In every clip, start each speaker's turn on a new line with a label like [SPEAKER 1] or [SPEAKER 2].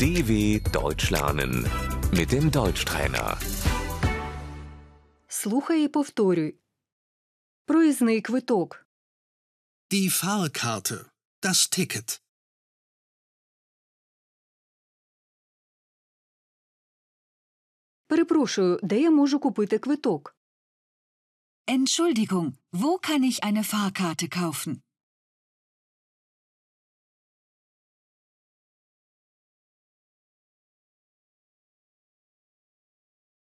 [SPEAKER 1] DW Deutsch lernen mit dem Deutschtrainer.
[SPEAKER 2] Слухай і повторюй. Проїзний квиток.
[SPEAKER 3] Die Fahrkarte. Das Ticket.
[SPEAKER 2] Перепрошую, де я можу купити квиток?
[SPEAKER 4] Entschuldigung, wo kann ich eine Fahrkarte kaufen?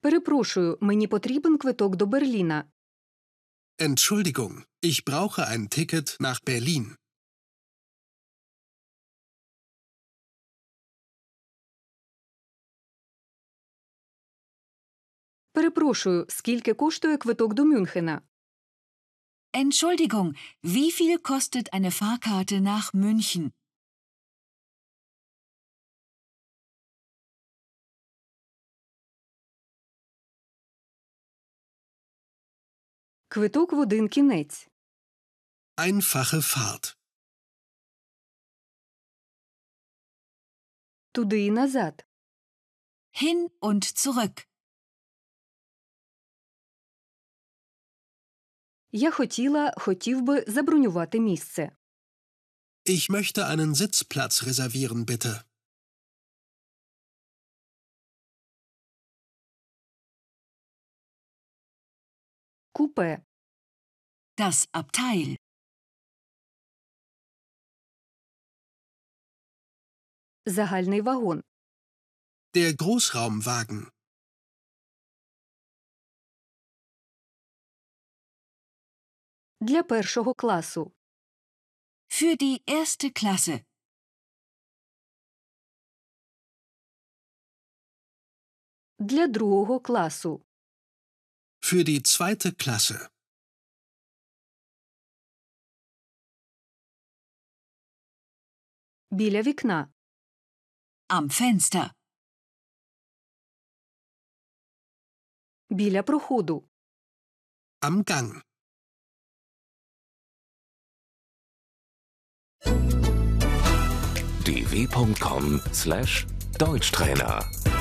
[SPEAKER 2] Перепрошую, мені потрібен квиток до Берліна.
[SPEAKER 3] Entschuldigung, ich brauche ein Ticket nach Berlin.
[SPEAKER 2] Перепрошую, скільки коштує квиток до Мюнхена?
[SPEAKER 4] Entschuldigung, wie viel kostet eine Fahrkarte nach München?
[SPEAKER 2] Квиток в один кінець.
[SPEAKER 3] Einfache Fahrt.
[SPEAKER 2] Туди і назад.
[SPEAKER 4] Hin und zurück.
[SPEAKER 2] Я хотіла, хотів би забронювати місце.
[SPEAKER 3] Ich möchte einen Sitzplatz reservieren, bitte.
[SPEAKER 2] Купе.
[SPEAKER 4] Das Abteil.
[SPEAKER 2] Загальний вагон.
[SPEAKER 3] Der Großraumwagen.
[SPEAKER 2] Для першого класу.
[SPEAKER 4] Für die erste Klasse.
[SPEAKER 2] Для другого класу.
[SPEAKER 3] Für die zweite Klasse.
[SPEAKER 2] Біля вікна.
[SPEAKER 4] Am Fenster.
[SPEAKER 2] Біля проходу.
[SPEAKER 3] Am Gang.
[SPEAKER 1] dw.com/deutschtrainer